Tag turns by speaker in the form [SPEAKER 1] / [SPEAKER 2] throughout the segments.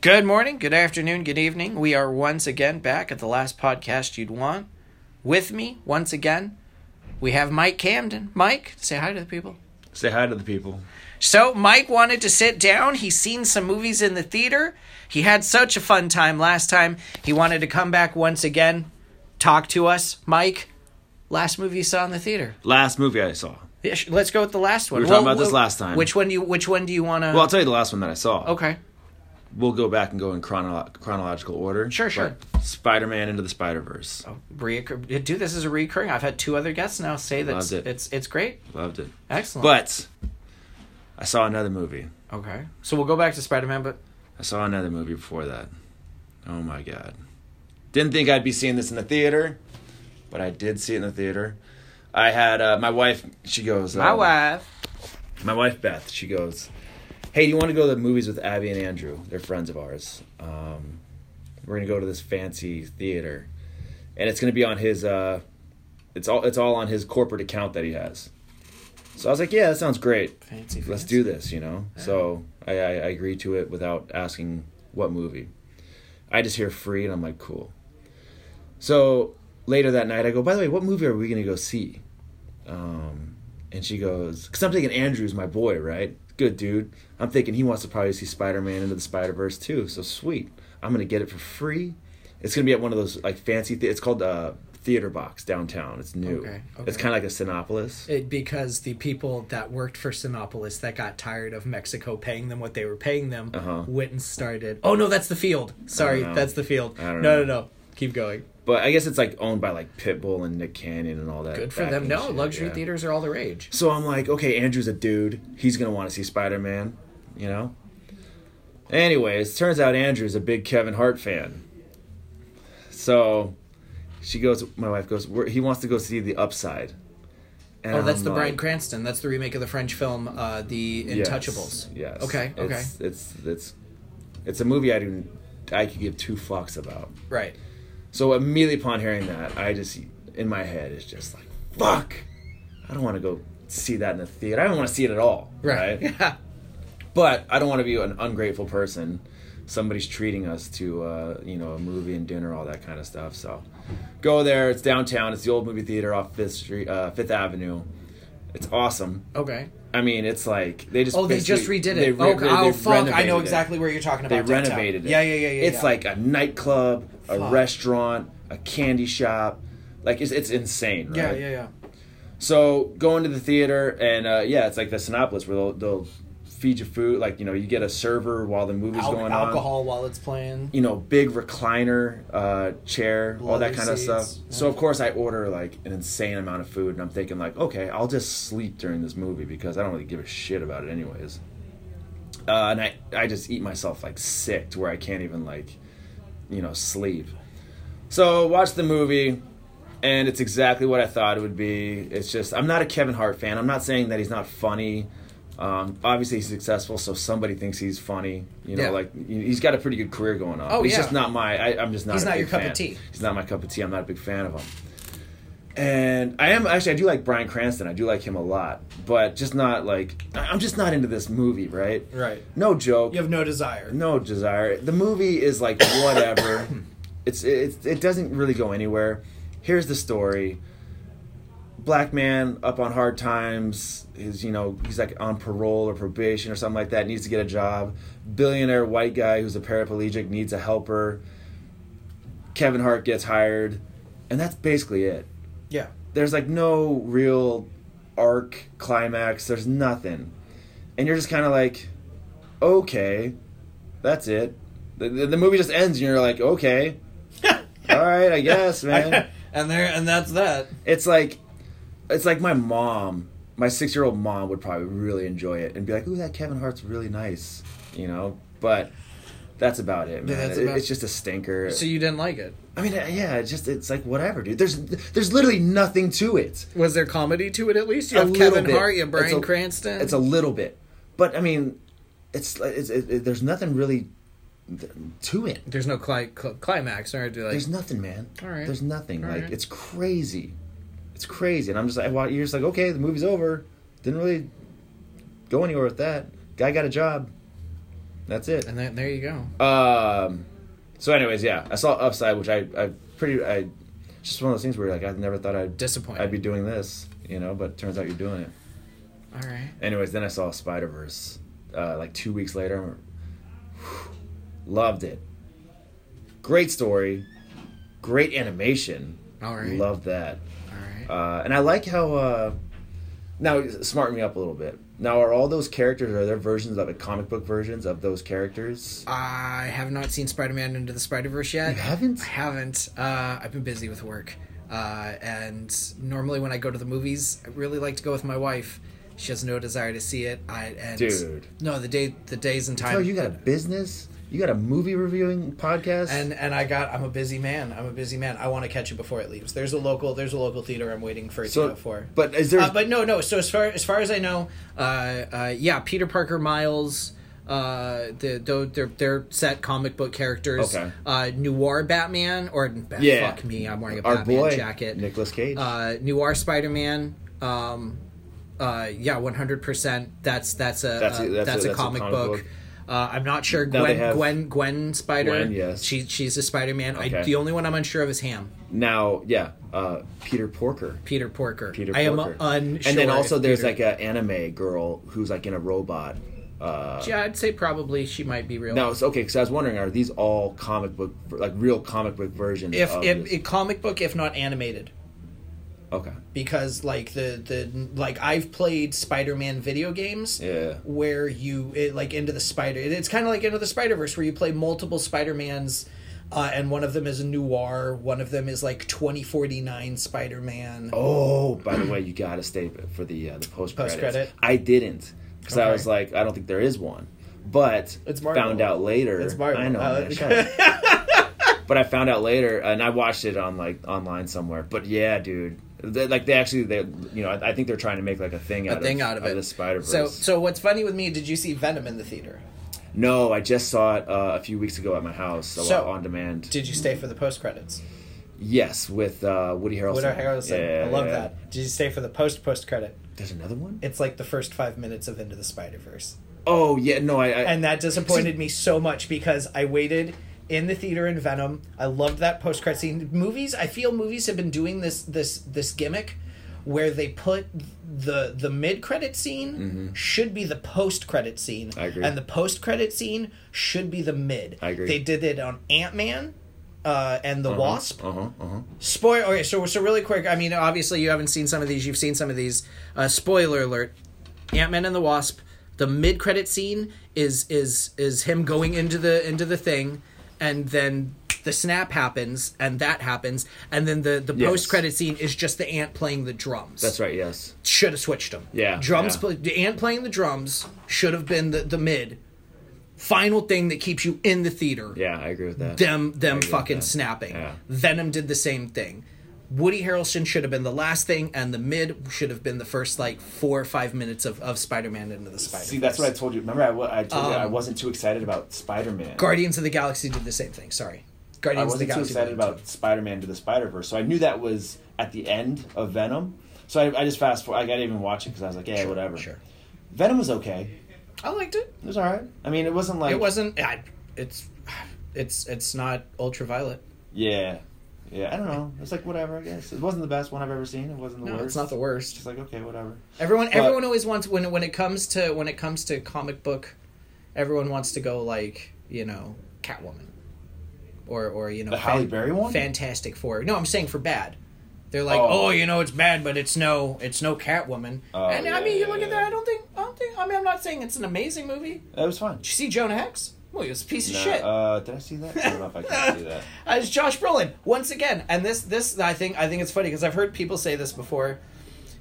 [SPEAKER 1] Good morning, good afternoon, good evening. We are once again back at the last podcast you'd want. With me, once again, we have Mike Camden. Mike, say hi to the people.
[SPEAKER 2] Say hi to the people.
[SPEAKER 1] So, Mike wanted to sit down. He's seen some movies in the theater. He had such a fun time last time. He wanted to come back once again, talk to us. Mike, last movie you saw in the theater.
[SPEAKER 2] Last movie I saw.
[SPEAKER 1] Yeah, sh- Let's go with the last one.
[SPEAKER 2] We were talking about this last time.
[SPEAKER 1] Which one do you which one do you want to
[SPEAKER 2] Well, I'll tell you the last one that I saw.
[SPEAKER 1] Okay.
[SPEAKER 2] We'll go back and go in chrono- chronological order.
[SPEAKER 1] Sure, sure.
[SPEAKER 2] Spider Man into the Spider Verse.
[SPEAKER 1] Reoccur- dude, this is a recurring. I've had two other guests now say that
[SPEAKER 2] Loved it.
[SPEAKER 1] it's it's great.
[SPEAKER 2] Loved it.
[SPEAKER 1] Excellent.
[SPEAKER 2] But I saw another movie.
[SPEAKER 1] Okay. So we'll go back to Spider Man, but
[SPEAKER 2] I saw another movie before that. Oh my god. Didn't think I'd be seeing this in the theater, but I did see it in the theater. I had uh, my wife. She goes.
[SPEAKER 1] my
[SPEAKER 2] uh,
[SPEAKER 1] wife.
[SPEAKER 2] my wife Beth, she goes, "Hey, do you want to go to the movies with Abby and Andrew? They're friends of ours. Um, we're gonna go to this fancy theater, and it's gonna be on his. Uh, it's all it's all on his corporate account that he has." So I was like, "Yeah, that sounds great.
[SPEAKER 1] Fancy.
[SPEAKER 2] Let's do this," you know. So I, I, I agreed to it without asking what movie. I just hear free, and I'm like, "Cool." So later that night, I go, "By the way, what movie are we gonna go see?" Um, and she goes, because I'm thinking Andrew's my boy, right? Good dude. I'm thinking he wants to probably see Spider Man into the Spider Verse too. So sweet. I'm gonna get it for free. It's gonna be at one of those like fancy. Th- it's called uh, Theater Box downtown. It's new.
[SPEAKER 1] Okay,
[SPEAKER 2] It's
[SPEAKER 1] okay.
[SPEAKER 2] kind of like a Sinopolis.
[SPEAKER 3] It, because the people that worked for Sinopolis that got tired of Mexico paying them what they were paying them
[SPEAKER 2] Uh-huh.
[SPEAKER 3] went and started. Oh no, that's the field. Sorry,
[SPEAKER 2] I don't know.
[SPEAKER 3] that's the field.
[SPEAKER 2] I
[SPEAKER 3] No,
[SPEAKER 2] don't
[SPEAKER 3] no,
[SPEAKER 2] know.
[SPEAKER 3] no. Keep going.
[SPEAKER 2] But I guess it's like owned by like Pitbull and Nick Cannon and all that.
[SPEAKER 3] Good for
[SPEAKER 2] back
[SPEAKER 3] them.
[SPEAKER 2] end
[SPEAKER 3] No,
[SPEAKER 2] shit,
[SPEAKER 3] luxury
[SPEAKER 2] yeah.
[SPEAKER 3] theaters are all the rage.
[SPEAKER 2] So I'm like, okay, Andrew's a dude. He's gonna want to see Spider Man, you know. Anyways, turns out Andrew's a big Kevin Hart fan. So, she goes. My wife goes. "We're- He wants to go see The Upside. And
[SPEAKER 3] Oh, that's
[SPEAKER 2] I'm
[SPEAKER 3] the Brian
[SPEAKER 2] like,
[SPEAKER 3] Cranston. That's the remake of the French film, uh, The
[SPEAKER 2] yes,
[SPEAKER 3] Intouchables.
[SPEAKER 2] Yes.
[SPEAKER 3] Okay. Okay.
[SPEAKER 2] It's, it's it's it's a movie I do I could give two fucks about.
[SPEAKER 3] Right.
[SPEAKER 2] So immediately upon hearing that, I just in my head is just like, fuck. I don't want to go see that in the theater. I don't want to see it at all.
[SPEAKER 3] Right. Yeah.
[SPEAKER 2] but I don't want to be an ungrateful person. Somebody's treating us to, uh, you know, a movie and dinner, all that kind of stuff. So, go there. It's downtown. It's the old movie theater off Fifth Street, uh, Fifth Avenue. It's awesome.
[SPEAKER 3] Okay.
[SPEAKER 2] I mean, it's like they just
[SPEAKER 3] Oh, they just redid it.
[SPEAKER 2] basically- they re-
[SPEAKER 3] oh,
[SPEAKER 2] they-
[SPEAKER 3] oh,
[SPEAKER 2] they
[SPEAKER 3] fuck! I know
[SPEAKER 2] renovated it.
[SPEAKER 3] exactly where you're talking
[SPEAKER 2] They
[SPEAKER 3] about. downtown.
[SPEAKER 2] renovated it.
[SPEAKER 3] Yeah, yeah, yeah, yeah.
[SPEAKER 2] It's
[SPEAKER 3] yeah.
[SPEAKER 2] like a nightclub, a
[SPEAKER 3] Fuck.
[SPEAKER 2] restaurant, a candy shop. Like it's it's insane. Right?
[SPEAKER 3] yeah, yeah, yeah.
[SPEAKER 2] So going to the theater and uh, yeah, it's like the Sinopolis where they'll, they'll feed you food. Like you know, you get a server while the movie's
[SPEAKER 3] Al-
[SPEAKER 2] going on.
[SPEAKER 3] alcohol while it's playing.
[SPEAKER 2] You know, big recliner uh, chair, all that
[SPEAKER 3] Leather
[SPEAKER 2] kind of
[SPEAKER 3] seats,
[SPEAKER 2] stuff.
[SPEAKER 3] yeah.
[SPEAKER 2] So of course I order like an insane amount of food, and I'm thinking like, okay, I'll just sleep during this movie because I don't really give a shit about it anyways. Uh, and I I just eat myself like sick to where I can't even like, you know, sleep. So watch the movie, and it's exactly what I thought it would be. It's just I'm not a Kevin Hart fan. I'm not saying that he's not funny. Um, obviously he's successful, so somebody thinks he's funny. You know,
[SPEAKER 3] Yeah.
[SPEAKER 2] like he's got a pretty good career going on.
[SPEAKER 3] Oh,
[SPEAKER 2] he's
[SPEAKER 3] yeah.
[SPEAKER 2] just not my. I, I'm just not.
[SPEAKER 3] He's
[SPEAKER 2] a
[SPEAKER 3] not
[SPEAKER 2] big
[SPEAKER 3] your cup of
[SPEAKER 2] fan.
[SPEAKER 3] tea.
[SPEAKER 2] He's not my cup of tea. I'm not a big fan of him. And I am actually I do like Brian Cranston. I do like him a lot, but just not like I- I'm just not into this movie, right?
[SPEAKER 3] Right.
[SPEAKER 2] No joke.
[SPEAKER 3] You have no desire.
[SPEAKER 2] No desire. The movie is like whatever. it's it, it doesn't really go anywhere. Here's the story. Black man up on hard times. Is you know he's like on parole or probation or something like that. Needs to get a job. Billionaire white guy who's a paraplegic needs a helper. Kevin Hart gets hired, and that's basically it
[SPEAKER 3] Yeah.
[SPEAKER 2] there's like no real arc climax there's nothing and you're just kind of like okay that's it the, the, the movie just ends and you're like okay all right i guess man
[SPEAKER 3] and there and that's that.
[SPEAKER 2] it's like it's like my mom my six year old mom would probably really enjoy it and be like ooh that kevin hart's really nice you know but that's about it man
[SPEAKER 3] that's
[SPEAKER 2] It-
[SPEAKER 3] about-
[SPEAKER 2] it's just a stinker
[SPEAKER 3] So you didn't like it.
[SPEAKER 2] i mean yeah it's just it's like whatever dude there's there's literally nothing to it
[SPEAKER 3] Was there comedy to it at least? You
[SPEAKER 2] A
[SPEAKER 3] have
[SPEAKER 2] little
[SPEAKER 3] Kevin
[SPEAKER 2] bit.
[SPEAKER 3] Hart, you have Brian
[SPEAKER 2] It's a-
[SPEAKER 3] Cranston.
[SPEAKER 2] It's a little bit, but I mean, it's, it's it, it- there's nothing really th- to it.
[SPEAKER 3] there's no cli- cl- climax or do like
[SPEAKER 2] There's nothing, man.
[SPEAKER 3] All right.
[SPEAKER 2] There's nothing.
[SPEAKER 3] All
[SPEAKER 2] like
[SPEAKER 3] right.
[SPEAKER 2] it's crazy. It's crazy, and I'm just like, well, you're just like, okay, the movie's over. Didn't really go anywhere with that. Guy got a job. That's it.
[SPEAKER 3] And then there you go.
[SPEAKER 2] Um, so, anyways, yeah, I saw Upside, which I, I pretty, I just one of those things where like I never thought I'd
[SPEAKER 3] Disappointed.
[SPEAKER 2] I'd be doing this, you know, but turns out you're doing it.
[SPEAKER 3] All right.
[SPEAKER 2] Anyways, then I saw Spider Verse, uh, like two weeks later. I'm, whew, loved it. Great story, great animation.
[SPEAKER 3] All right.
[SPEAKER 2] Loved that.
[SPEAKER 3] All right.
[SPEAKER 2] Uh, and I like how uh, now smarten me up a little bit. Now, are all those characters are there versions of it, comic book versions of those characters?
[SPEAKER 3] I have not seen Spider Man Into the Spider Verse yet.
[SPEAKER 2] You haven't?
[SPEAKER 3] I haven't. Uh, I've been busy with work. Uh, and normally when I go to the movies, I really like to go with my wife. She has no desire to see it. I and
[SPEAKER 2] Dude.
[SPEAKER 3] no, the day, the days and time.
[SPEAKER 2] Oh, you got a business. You got a movie reviewing podcast.
[SPEAKER 3] and and I got. I'm a busy man. I'm a busy man. I want to catch it before it leaves. There's a local. There's a local theater. I'm waiting for it to
[SPEAKER 2] so,
[SPEAKER 3] go for.
[SPEAKER 2] but is there?
[SPEAKER 3] Uh, but no, no. So as far as far as I know, uh, uh, yeah, Peter Parker, Miles, uh, the, the they're they're set comic book characters.
[SPEAKER 2] Okay.
[SPEAKER 3] Uh, noir Batman or Bat,
[SPEAKER 2] Yeah.
[SPEAKER 3] fuck me, I'm wearing a
[SPEAKER 2] our
[SPEAKER 3] Batman
[SPEAKER 2] boy
[SPEAKER 3] jacket.
[SPEAKER 2] Nicholas Cage.
[SPEAKER 3] Uh, noir Spider Man. Um, uh, yeah, 100. percent That's that's a
[SPEAKER 2] That's a-
[SPEAKER 3] uh,
[SPEAKER 2] that's a- that's a comic book.
[SPEAKER 3] Uh, I'm not sure
[SPEAKER 2] Now they
[SPEAKER 3] Gwen,
[SPEAKER 2] have-
[SPEAKER 3] Gwen Gwen Spider.
[SPEAKER 2] Gwen, yes.
[SPEAKER 3] she she's a Spider Man.
[SPEAKER 2] Okay.
[SPEAKER 3] The only one I'm unsure of is Ham.
[SPEAKER 2] now, yeah, uh, Peter Porker.
[SPEAKER 3] Peter Porker.
[SPEAKER 2] Peter
[SPEAKER 3] I am
[SPEAKER 2] Porker.
[SPEAKER 3] unsure.
[SPEAKER 2] and then also
[SPEAKER 3] if
[SPEAKER 2] there's
[SPEAKER 3] Peter-
[SPEAKER 2] like an anime girl who's like in a robot. Uh,
[SPEAKER 3] Yeah, I'd say probably she might be real.
[SPEAKER 2] now it's okay because I was wondering, are these all comic book, like real comic book versions?
[SPEAKER 3] if
[SPEAKER 2] of
[SPEAKER 3] if,
[SPEAKER 2] this?
[SPEAKER 3] if comic book, if not animated,
[SPEAKER 2] okay,
[SPEAKER 3] because like the the like I've played Spider Man video games.
[SPEAKER 2] Yeah.
[SPEAKER 3] Where you it, like into the spider? It, it's kind of like into the Spider Verse, where you play multiple Spider Mans, uh, and one of them is a noir, one of them is like twenty forty nine Spider Man.
[SPEAKER 2] Oh, by the way, you got to stay for the uh, the post
[SPEAKER 3] Post-credit?
[SPEAKER 2] credit. I didn't because I
[SPEAKER 3] Okay.
[SPEAKER 2] was like, I don't think there is one. But
[SPEAKER 3] It's Marvel.
[SPEAKER 2] found out later.
[SPEAKER 3] It's Marvel.
[SPEAKER 2] I know.
[SPEAKER 3] Uh,
[SPEAKER 2] man, shut up. but I found out later, and I watched it on like online somewhere. But yeah, dude, they, like they actually, they you know, I, I think they're trying to make like a thing out
[SPEAKER 3] A thing
[SPEAKER 2] of,
[SPEAKER 3] out of it.
[SPEAKER 2] the Spider Verse.
[SPEAKER 3] So so what's funny with me? Did you see Venom in the theater?
[SPEAKER 2] no, I just saw it uh, a few weeks ago at my house so, uh,
[SPEAKER 3] So,
[SPEAKER 2] on demand.
[SPEAKER 3] Did you stay for the post credits?
[SPEAKER 2] yes, with uh, Woody Harrelson.
[SPEAKER 3] Woody Harrelson.
[SPEAKER 2] Yeah,
[SPEAKER 3] I love
[SPEAKER 2] yeah.
[SPEAKER 3] that. Did you stay for the post post credit?
[SPEAKER 2] There's another one.
[SPEAKER 3] It's like the first five minutes of Into the Spider Verse.
[SPEAKER 2] oh yeah, no, I. I
[SPEAKER 3] and that disappointed me so much because I waited in the theater in Venom. I loved that post credit scene. Movies, I feel movies have been doing this this this gimmick where they put the the mid credit scene should be the post credit scene.
[SPEAKER 2] Mm-hmm. I agree.
[SPEAKER 3] And the post credit scene should be the mid.
[SPEAKER 2] I agree.
[SPEAKER 3] They did it on Ant Man. Uh, and the Wasp.
[SPEAKER 2] uh huh. Uh huh.
[SPEAKER 3] Spoil. Okay, so so really quick. I mean, obviously you haven't seen some of these. You've seen some of these. Uh, spoiler alert: Ant Man and the Wasp. The mid credit scene is is is him going into the into the thing, and then the snap happens, and that happens, and then the the
[SPEAKER 2] Yes.
[SPEAKER 3] post credit scene is just the ant playing the drums.
[SPEAKER 2] That's right. Yes.
[SPEAKER 3] Should have switched them.
[SPEAKER 2] Yeah,
[SPEAKER 3] Drums.
[SPEAKER 2] yeah.
[SPEAKER 3] Play, the ant playing the drums should have been the the mid. Final thing that keeps you in the theater
[SPEAKER 2] Yeah, I agree with that.
[SPEAKER 3] them them
[SPEAKER 2] agree with
[SPEAKER 3] fucking
[SPEAKER 2] that.
[SPEAKER 3] snapping.
[SPEAKER 2] Yeah.
[SPEAKER 3] Venom did the same thing. Woody Harrelson should have been the last thing, and the mid should have been the first like four or five minutes of, of Spider Man into the Spider.
[SPEAKER 2] See, that's what I told you. Remember, I, wa- I told you I wasn't too excited about Spider Man.
[SPEAKER 3] Guardians of the Galaxy did the same thing. Sorry,
[SPEAKER 2] I
[SPEAKER 3] Guardians of the
[SPEAKER 2] wasn't too
[SPEAKER 3] Galaxy.
[SPEAKER 2] excited
[SPEAKER 3] did it.
[SPEAKER 2] about Spider Man to the Spider Verse. So I knew that was at the end of Venom. So I, I just fast forward. I didn't even watch it because I was like, yeah, whatever.
[SPEAKER 3] sure.
[SPEAKER 2] Venom was okay.
[SPEAKER 3] I liked it.
[SPEAKER 2] It was all right. I mean, it wasn't like
[SPEAKER 3] It wasn't. I, it's it's it's not ultraviolet.
[SPEAKER 2] Yeah, yeah. I don't know. It's like whatever. I guess it wasn't the best one I've ever seen. It wasn't the
[SPEAKER 3] No,
[SPEAKER 2] worst.
[SPEAKER 3] it's not the worst.
[SPEAKER 2] Just like okay, whatever.
[SPEAKER 3] Everyone, everyone always wants when when it comes to when it comes to comic book, everyone wants to go like you know Catwoman, or or you know
[SPEAKER 2] The Halle Berry one?
[SPEAKER 3] Fantastic Four. No, I'm saying for bad. They're like, oh.
[SPEAKER 2] Oh.
[SPEAKER 3] you know, it's bad, but it's no, it's no Catwoman.
[SPEAKER 2] Oh,
[SPEAKER 3] and I
[SPEAKER 2] yeah,
[SPEAKER 3] mean, you
[SPEAKER 2] yeah,
[SPEAKER 3] look at
[SPEAKER 2] yeah.
[SPEAKER 3] that. I don't think, I don't think. I mean, I'm not saying it's an amazing movie. Did
[SPEAKER 2] It was fine.
[SPEAKER 3] you see Jonah Hex? Well, he was a piece of
[SPEAKER 2] Nah,
[SPEAKER 3] shit.
[SPEAKER 2] Uh, did I see that? I don't know if I can see that.
[SPEAKER 3] As Uh, Josh Brolin once again, and this this I think I think it's funny because I've heard people say this before.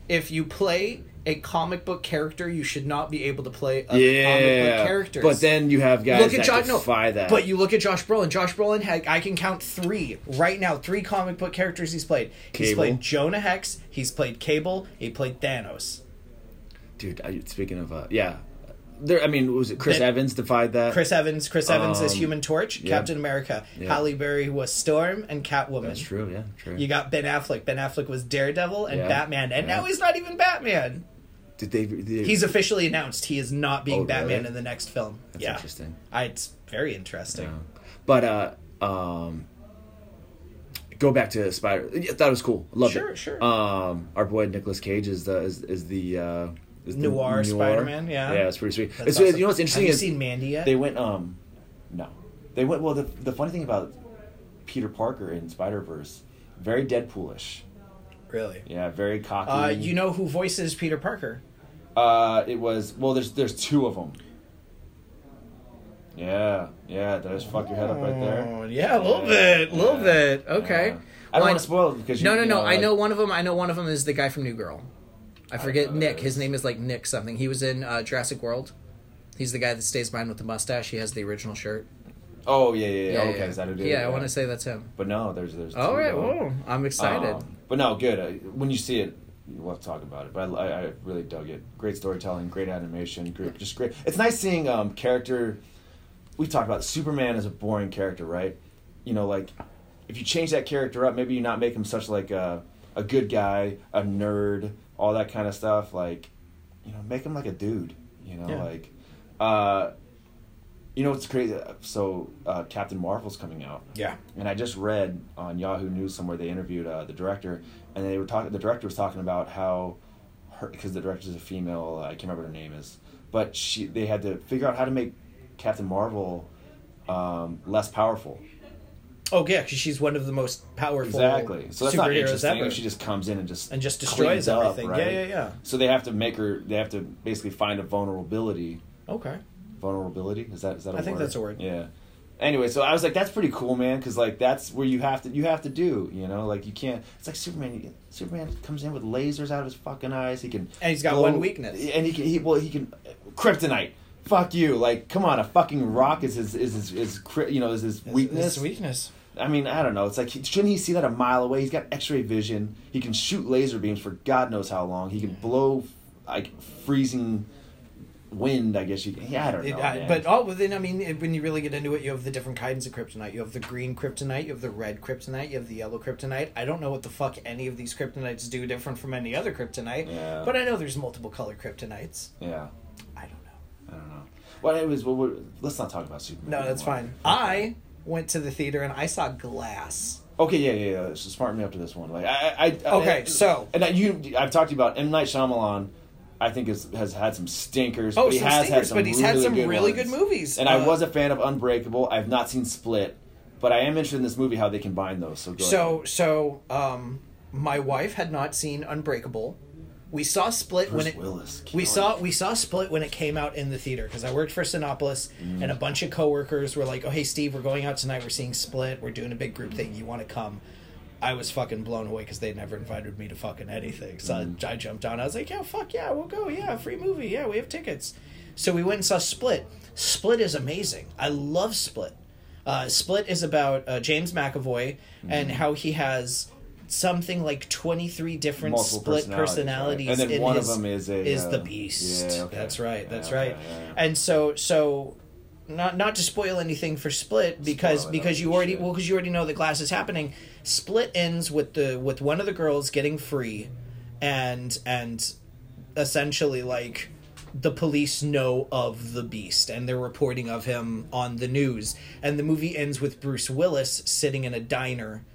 [SPEAKER 3] If you play a comic book character, you should not be able to play other comic
[SPEAKER 2] Yeah,
[SPEAKER 3] book characters.
[SPEAKER 2] but then you have guys
[SPEAKER 3] look at
[SPEAKER 2] that
[SPEAKER 3] Josh. No,
[SPEAKER 2] defy that.
[SPEAKER 3] but you look at Josh Brolin. Josh Brolin, had, I can count three right now. Three comic book characters he's played. He's
[SPEAKER 2] Cable.
[SPEAKER 3] played Jonah Hex. He's played Cable. He played Thanos.
[SPEAKER 2] Dude, I, speaking of, uh, yeah, there. I mean, was it Chris
[SPEAKER 3] That-
[SPEAKER 2] Evans defied that?
[SPEAKER 3] Chris Evans. Chris Evans is
[SPEAKER 2] Um,
[SPEAKER 3] Human Torch.
[SPEAKER 2] yeah.
[SPEAKER 3] Captain America.
[SPEAKER 2] Yeah.
[SPEAKER 3] Halle Berry was Storm and Catwoman.
[SPEAKER 2] That's true. Yeah, true.
[SPEAKER 3] You got Ben Affleck. Ben Affleck was Daredevil and
[SPEAKER 2] Yeah,
[SPEAKER 3] Batman, and
[SPEAKER 2] yeah.
[SPEAKER 3] now he's not even Batman.
[SPEAKER 2] Did they? Did they
[SPEAKER 3] He's officially announced he is not being
[SPEAKER 2] Oh,
[SPEAKER 3] Batman
[SPEAKER 2] really?
[SPEAKER 3] in the next film.
[SPEAKER 2] That's
[SPEAKER 3] yeah,
[SPEAKER 2] interesting.
[SPEAKER 3] I, it's very interesting.
[SPEAKER 2] Yeah. But uh, um, go back to Spider. I thought it was cool. Loved
[SPEAKER 3] Sure,
[SPEAKER 2] it.
[SPEAKER 3] sure.
[SPEAKER 2] Um, our boy Nicolas Cage is the is, is the uh, is the
[SPEAKER 3] Noir Spider-Man, yeah.
[SPEAKER 2] yeah, it's pretty sweet.
[SPEAKER 3] That's
[SPEAKER 2] It's,
[SPEAKER 3] awesome.
[SPEAKER 2] You know what's interesting
[SPEAKER 3] Have you
[SPEAKER 2] is
[SPEAKER 3] seen Mandy yet?
[SPEAKER 2] they went um, no, they went well. The the funny thing about Peter Parker in Spider Verse, very Deadpoolish.
[SPEAKER 3] really?
[SPEAKER 2] Yeah, very cocky.
[SPEAKER 3] Uh, you know who voices Peter Parker?
[SPEAKER 2] Uh, it was well. There's there's two of them. Yeah, yeah. Did I just fuck your head up right there?
[SPEAKER 3] Oh, yeah, a little
[SPEAKER 2] Yeah,
[SPEAKER 3] bit, a little
[SPEAKER 2] yeah,
[SPEAKER 3] bit. Okay.
[SPEAKER 2] yeah. I
[SPEAKER 3] One-
[SPEAKER 2] don't want to spoil it because you,
[SPEAKER 3] No, no,
[SPEAKER 2] you
[SPEAKER 3] no. I
[SPEAKER 2] like-
[SPEAKER 3] know one of them. I know one of them is the guy from New Girl. I forget
[SPEAKER 2] know who
[SPEAKER 3] Nick.
[SPEAKER 2] that
[SPEAKER 3] His
[SPEAKER 2] is.
[SPEAKER 3] name is like Nick something. He was in uh, Jurassic World. He's the guy that stays behind with the mustache. He has the original shirt.
[SPEAKER 2] Oh yeah, yeah, yeah. okay, is that who did it?
[SPEAKER 3] Yeah, I want to say that's him.
[SPEAKER 2] But no, there's there's.
[SPEAKER 3] All
[SPEAKER 2] two
[SPEAKER 3] right.
[SPEAKER 2] of 'em.
[SPEAKER 3] Whoa, I'm excited.
[SPEAKER 2] Um, but no, good. Uh, when you see it, we'll have to talk about it. But I, I- I really dug it. Great storytelling, great animation, great, just great. It's nice seeing um, character. We talked about Superman is a boring character, right? You know, like if you change that character up, maybe you not make him such like a a good guy, a nerd, all that kind of stuff. Like, you know, make him like a dude. You know,
[SPEAKER 3] Yeah.
[SPEAKER 2] like. Uh, you know what's crazy? So uh, Captain Marvel's coming out.
[SPEAKER 3] yeah.
[SPEAKER 2] And I just read on Yahoo News somewhere they interviewed uh, the director, and they were talking. The director was talking about how, her because the director's a female. Uh, I can't remember what her name is, but she they had to figure out how to make Captain Marvel um, less powerful.
[SPEAKER 3] Oh yeah, 'cause she's one of the most powerful.
[SPEAKER 2] Exactly. So that's not
[SPEAKER 3] superheroes
[SPEAKER 2] interesting.
[SPEAKER 3] ever.
[SPEAKER 2] If she just comes in and just
[SPEAKER 3] And just
[SPEAKER 2] cleans
[SPEAKER 3] destroys
[SPEAKER 2] up,
[SPEAKER 3] everything. Yeah,
[SPEAKER 2] right?
[SPEAKER 3] yeah, yeah.
[SPEAKER 2] So they have to make her. They have to basically find a vulnerability
[SPEAKER 3] okay.
[SPEAKER 2] vulnerability is that is that a
[SPEAKER 3] I think
[SPEAKER 2] word?
[SPEAKER 3] that's a word.
[SPEAKER 2] yeah anyway so i was like that's pretty cool man because like that's where you have to you have to do you know like you can't it's like superman you- superman comes in with lasers out of his fucking eyes he can
[SPEAKER 3] And he's got one weakness.
[SPEAKER 2] and he can he well he can kryptonite fuck you like come on a fucking rock is his is his, is cri- you know is his weakness
[SPEAKER 3] weakness.
[SPEAKER 2] i mean i don't know it's like he- shouldn't he see that a mile away he's got x-ray vision he can shoot laser beams for god knows how long he can blow like freezing wind i guess you can yeah, i don't know
[SPEAKER 3] It, uh,
[SPEAKER 2] man.
[SPEAKER 3] but all within, I mean, it- when you really get into it, you have the different kinds of kryptonite. You have the green kryptonite, you have the red kryptonite, you have the yellow kryptonite. I don't know what the fuck any of these kryptonites do different from any other kryptonite,
[SPEAKER 2] Yeah.
[SPEAKER 3] but I know there's multiple color kryptonites.
[SPEAKER 2] Yeah,
[SPEAKER 3] I don't know.
[SPEAKER 2] I don't know. Well, anyways, well, we're, let's not talk about Superman.
[SPEAKER 3] No, that's
[SPEAKER 2] anymore.
[SPEAKER 3] fine. I went to the theater and I saw Glass.
[SPEAKER 2] Okay, yeah, yeah, yeah. So smart me up to this one. Like, I, I, I
[SPEAKER 3] Okay,
[SPEAKER 2] I-
[SPEAKER 3] so-
[SPEAKER 2] and I, you, I've talked to you about M Night Shyamalan. I think is, has had some stinkers.
[SPEAKER 3] Oh,
[SPEAKER 2] but he
[SPEAKER 3] some
[SPEAKER 2] has had
[SPEAKER 3] stinkers,
[SPEAKER 2] some
[SPEAKER 3] but he's
[SPEAKER 2] really
[SPEAKER 3] had some
[SPEAKER 2] good
[SPEAKER 3] really
[SPEAKER 2] ones.
[SPEAKER 3] good movies.
[SPEAKER 2] And
[SPEAKER 3] Uh,
[SPEAKER 2] I was a fan of Unbreakable. I've not seen Split, but I am interested in this movie how they combine those. So go
[SPEAKER 3] So, so, um, my wife had not seen Unbreakable. We saw Split
[SPEAKER 2] ahead.
[SPEAKER 3] when
[SPEAKER 2] Bruce
[SPEAKER 3] it.
[SPEAKER 2] Willis.
[SPEAKER 3] We
[SPEAKER 2] Keanu
[SPEAKER 3] saw
[SPEAKER 2] Reeves.
[SPEAKER 3] we saw Split when it came out in the theater because I worked for Sinopolis and a bunch of coworkers were like, "Oh hey Steve, we're going out tonight. We're seeing Split. We're doing a big group thing. You want to come?" I was fucking blown away because they never invited me to fucking anything. So I, I jumped on. I was like, "Yeah, fuck yeah, we'll go. Yeah, free movie. Yeah, we have tickets." So we went and saw Split. Split is amazing. I love Split. Uh, Split is about uh, James McAvoy and how he has something like twenty three different
[SPEAKER 2] Multiple
[SPEAKER 3] Split
[SPEAKER 2] personalities, right?
[SPEAKER 3] personalities.
[SPEAKER 2] And then
[SPEAKER 3] in
[SPEAKER 2] one of
[SPEAKER 3] his,
[SPEAKER 2] them is a,
[SPEAKER 3] is the
[SPEAKER 2] uh,
[SPEAKER 3] beast.
[SPEAKER 2] yeah, okay.
[SPEAKER 3] That's right. That's
[SPEAKER 2] Yeah,
[SPEAKER 3] right.
[SPEAKER 2] okay, yeah, yeah.
[SPEAKER 3] And so so not not to spoil anything for Split because
[SPEAKER 2] Spoil it,
[SPEAKER 3] because
[SPEAKER 2] I
[SPEAKER 3] you
[SPEAKER 2] don't
[SPEAKER 3] already
[SPEAKER 2] give a
[SPEAKER 3] well because you already know the glass is happening. Split ends with the with one of the girls getting free, and and essentially like the police know of the beast and they're reporting of him on the news and the movie ends with Bruce Willis sitting in a diner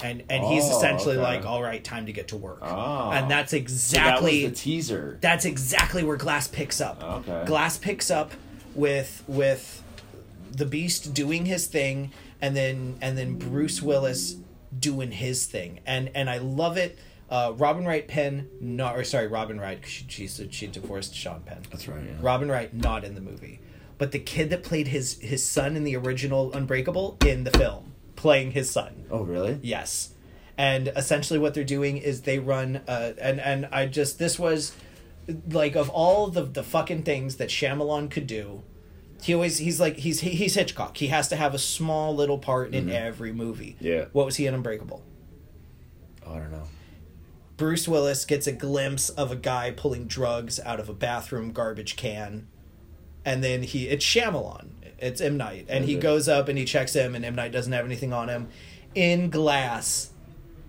[SPEAKER 3] and and he's
[SPEAKER 2] Oh,
[SPEAKER 3] essentially
[SPEAKER 2] okay.
[SPEAKER 3] like all right time to get to work
[SPEAKER 2] Oh.
[SPEAKER 3] and that's
[SPEAKER 2] So that was
[SPEAKER 3] exactly
[SPEAKER 2] the teaser.
[SPEAKER 3] that's exactly where Glass picks up.
[SPEAKER 2] Okay.
[SPEAKER 3] Glass picks up with with the Beast doing his thing, and then and then Bruce Willis doing his thing, and and I love it. Uh, Robin Wright Penn, not or sorry, Robin Wright. 'cause She she's, she divorced Sean Penn.
[SPEAKER 2] That's right. Yeah.
[SPEAKER 3] Robin Wright not in the movie, but the kid that played his his son in the original Unbreakable in the film, playing his son.
[SPEAKER 2] Oh really?
[SPEAKER 3] Yes. And essentially what they're doing is they run uh and and I just this was like of all the the fucking things that Shyamalan could do, he always he's like he's he, he's Hitchcock. He has to have a small little part in every movie.
[SPEAKER 2] Mm-hmm. Yeah.
[SPEAKER 3] What was he in Unbreakable?
[SPEAKER 2] Oh, I don't know.
[SPEAKER 3] Bruce Willis gets a glimpse of a guy pulling drugs out of a bathroom garbage can, and then he it's Shyamalan, it's M Night, and he
[SPEAKER 2] Okay.
[SPEAKER 3] goes up and he checks him, and M Night doesn't have anything on him. In Glass,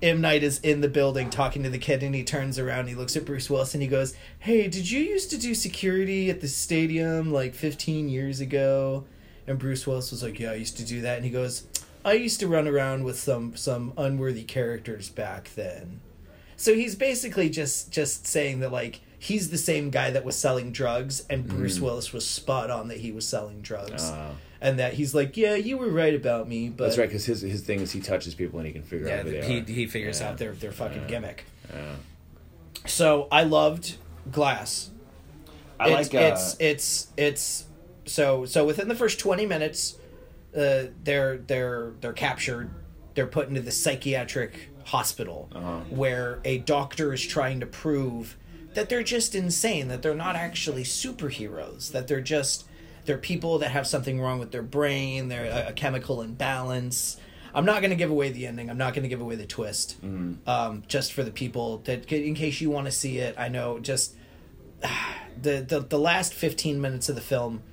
[SPEAKER 3] M Night is in the building talking to the kid, and he turns around, he looks at Bruce Willis, and he goes, "Hey, did you used to do security at the stadium like 15 years ago?" And Bruce Willis was like, "Yeah, I used to do that." And he goes, "I used to run around with some some unworthy characters back then." So he's basically just just saying that like he's the same guy that was selling drugs, and Bruce Willis was spot on that he was selling drugs,
[SPEAKER 2] Mm. Ah.
[SPEAKER 3] and that he's like, "Yeah, you were right about me," but
[SPEAKER 2] That's right, because his his thing is he touches people and he can figure
[SPEAKER 3] yeah,
[SPEAKER 2] out who they
[SPEAKER 3] he
[SPEAKER 2] are.
[SPEAKER 3] he figures
[SPEAKER 2] Yeah.
[SPEAKER 3] out their their fucking gimmick.
[SPEAKER 2] Yeah.
[SPEAKER 3] So I loved Glass.
[SPEAKER 2] I
[SPEAKER 3] it's,
[SPEAKER 2] like uh,
[SPEAKER 3] it's it's it's so so within the first twenty minutes, uh, they're they're they're captured, they're put into the psychiatric hospital
[SPEAKER 2] Uh-huh.
[SPEAKER 3] where a doctor is trying to prove that they're just insane, that they're not actually superheroes, that they're just they're people that have something wrong with their brain, they're a, a chemical imbalance. I'm not going to give away the ending. I'm not going to give away the twist.
[SPEAKER 2] Mm.
[SPEAKER 3] Um, just for the people that, in case you want to see it, I know just the, the the last 15 minutes of the film